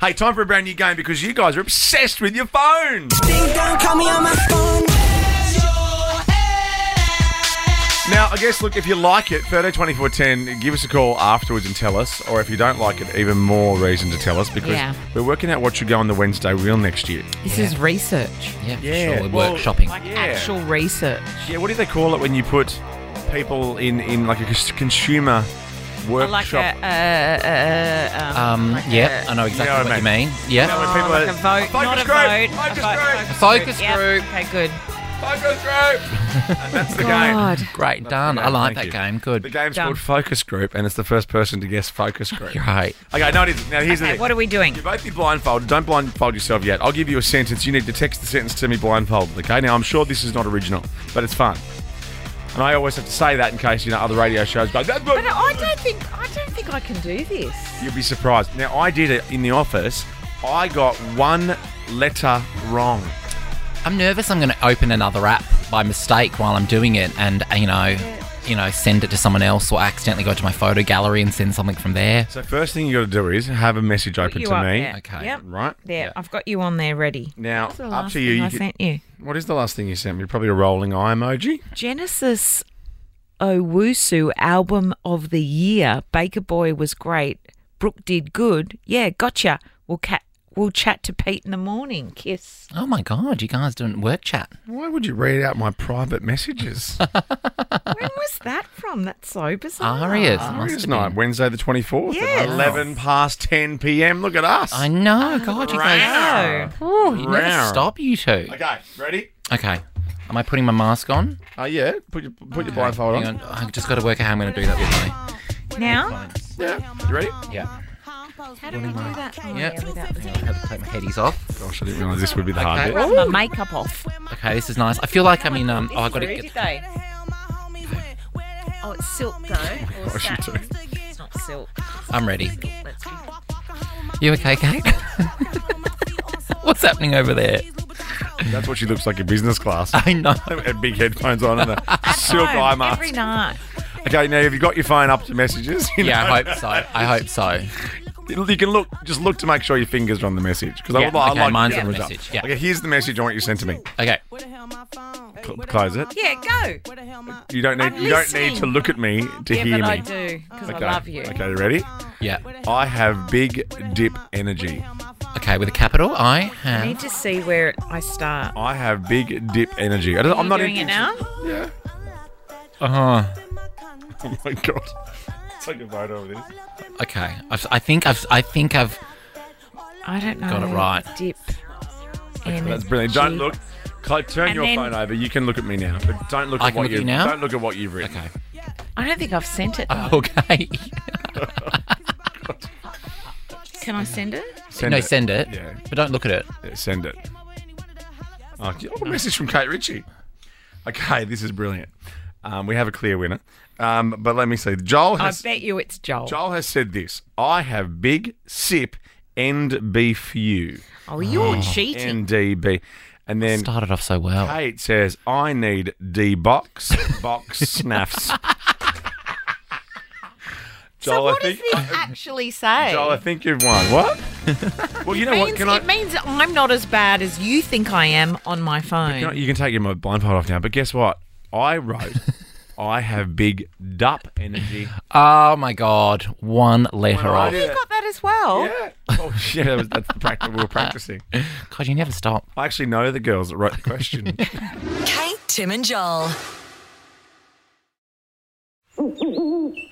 Hey, time for a brand new game because you guys are obsessed with your phone. Ding dong, call me on my phone. Now, I guess, look, if you like it, 13 24 10, give us a call afterwards and tell us. Or if you don't like it, even more reason to tell us because Yeah. we're working out what should go on the Wednesday reel next year. This is research. Yeah, for Yeah, sure. We're well- workshopping. Like Yeah. actual research. Yeah, what do they call it when you put people in, in like a cons- consumer workshop? Like a, uh, uh, uh, um, Um, yeah, I know exactly Yeah, I what you mean- mean. Yeah. No, when people Oh, like are- a vote, focus not a group, vote. Focus a vote, group. Focus Yep, group. Okay, good. Focus group. and that's the game. God. Great, That's done. the I game, like that thank you. game. The Good. game's Done. called Focus Group, and it's the first person to guess Focus Group. Right. Okay, no, it isn't. Now, here's the Okay, thing. what are we doing? You both be blindfolded. Don't blindfold yourself yet. I'll give you a sentence. You need to text the sentence to me blindfolded, okay? Now, I'm sure this is not original, but it's fun. And I always have to say that in case, you know, other radio shows go, that's But I don't think I don't think I can do this. You'll be surprised. Now, I did it in the office. I got one letter wrong. I'm nervous. I'm going to open another app by mistake while I'm doing it, and uh, you know, you know, send it to someone else, or accidentally go to my photo gallery and send something from there. So, first thing you got to do is have a message open you to up me. there. Okay. Yep. Right? There, Yeah. I've got you on there ready. Now, What's the up last to you. thing you I can- sent you. what is the last thing you sent me? Probably a rolling eye emoji. Genesis Owusu album of the year. Baker Boy was great. Brooke did good. Yeah, gotcha. We'll cat. We'll chat to Pete in the morning. Kiss. Oh my god, you guys doing work chat? Why would you read out my private messages? when was that from? That's so bizarre. Arias. Oh, must it's have night, been. Wednesday the 24th Yes. at 11 past 10 p.m. Look at us. Oh. I know. God, you guys. Oh, Oh, you never Round. stop, you two. Okay, ready? Okay. Am I putting my mask on? Oh, yeah. Put your, put your Okay, blindfold on. hang on. I've just got to work out how I'm going to do that with my. now Yeah. You ready? Yeah. how do we do that? Oh, Yeah. without the- Hang on, I had to take my headies off. Gosh, I didn't realize this would be the Okay. hard bit. Rub my makeup off. Okay, this is nice. I feel like I'm in. Um, oh, I got to Where did get. they? Oh, it's silk though. Or Gosh, you satin. two. It's not silk. I'm ready. Let's be You okay, Kate? What's happening over there? That's what she looks like in business class. I know. Had big headphones on and a silk home eye mask. every night. Okay, now have you got your phone up to messages? You Yeah, know? I hope so. I hope so. You can look, just look to make sure your fingers are on the message because I, Yeah, would li- I okay, like to mine's get on the results. message, yeah. Okay, here's the message I want you sent to me. Okay. Cl- close it. Yeah, go. You don't need. I'm you don't need to listening. look at me to yeah, hear me. but I do because Okay. I love you. Okay, you ready? Yeah. I have big dip energy. Okay, with a capital, I I have. need to see where I start. I have big dip energy. I don't, Are I'm you not doing it into- now. Yeah. Uh huh. Oh my god. Take a photo of this. Okay. I've, I think I've. I think I've. I don't know. Got it right. Dip. That's brilliant. Don't look. Cl- turn And your then- phone over. You can look at me now, but don't look I at can what look at you you now? Don't look at what you've written. Okay. I don't think I've sent it. Okay. Can I send it? Send no, it. send it. Yeah. But don't look at it. Yeah, send it. Oh, a message from Kate Ritchie. Okay, this is brilliant. Um, we have a clear winner. Um, but let me see. Joel I has bet you it's Joel. Joel has said this. I have big sip and B for you. Oh, you're cheating. NDB. And then Started off so well. Kate says, I need D box, box snaps. Joel, so what I think does this actually say? Joel, I think you've won. What? well, you know it, what? means, Can I? it means I'm not as bad as you think I am on my phone. You, know, you can take your blindfold off now, but guess what? I wrote, I have big dup energy. Oh my god. One letter I off. did it. got that as well. Yeah. Oh, yeah, that was, that's the practice we were practicing. God, you never stop. I actually know the girls that wrote the question. Kate, Tim, and Joel.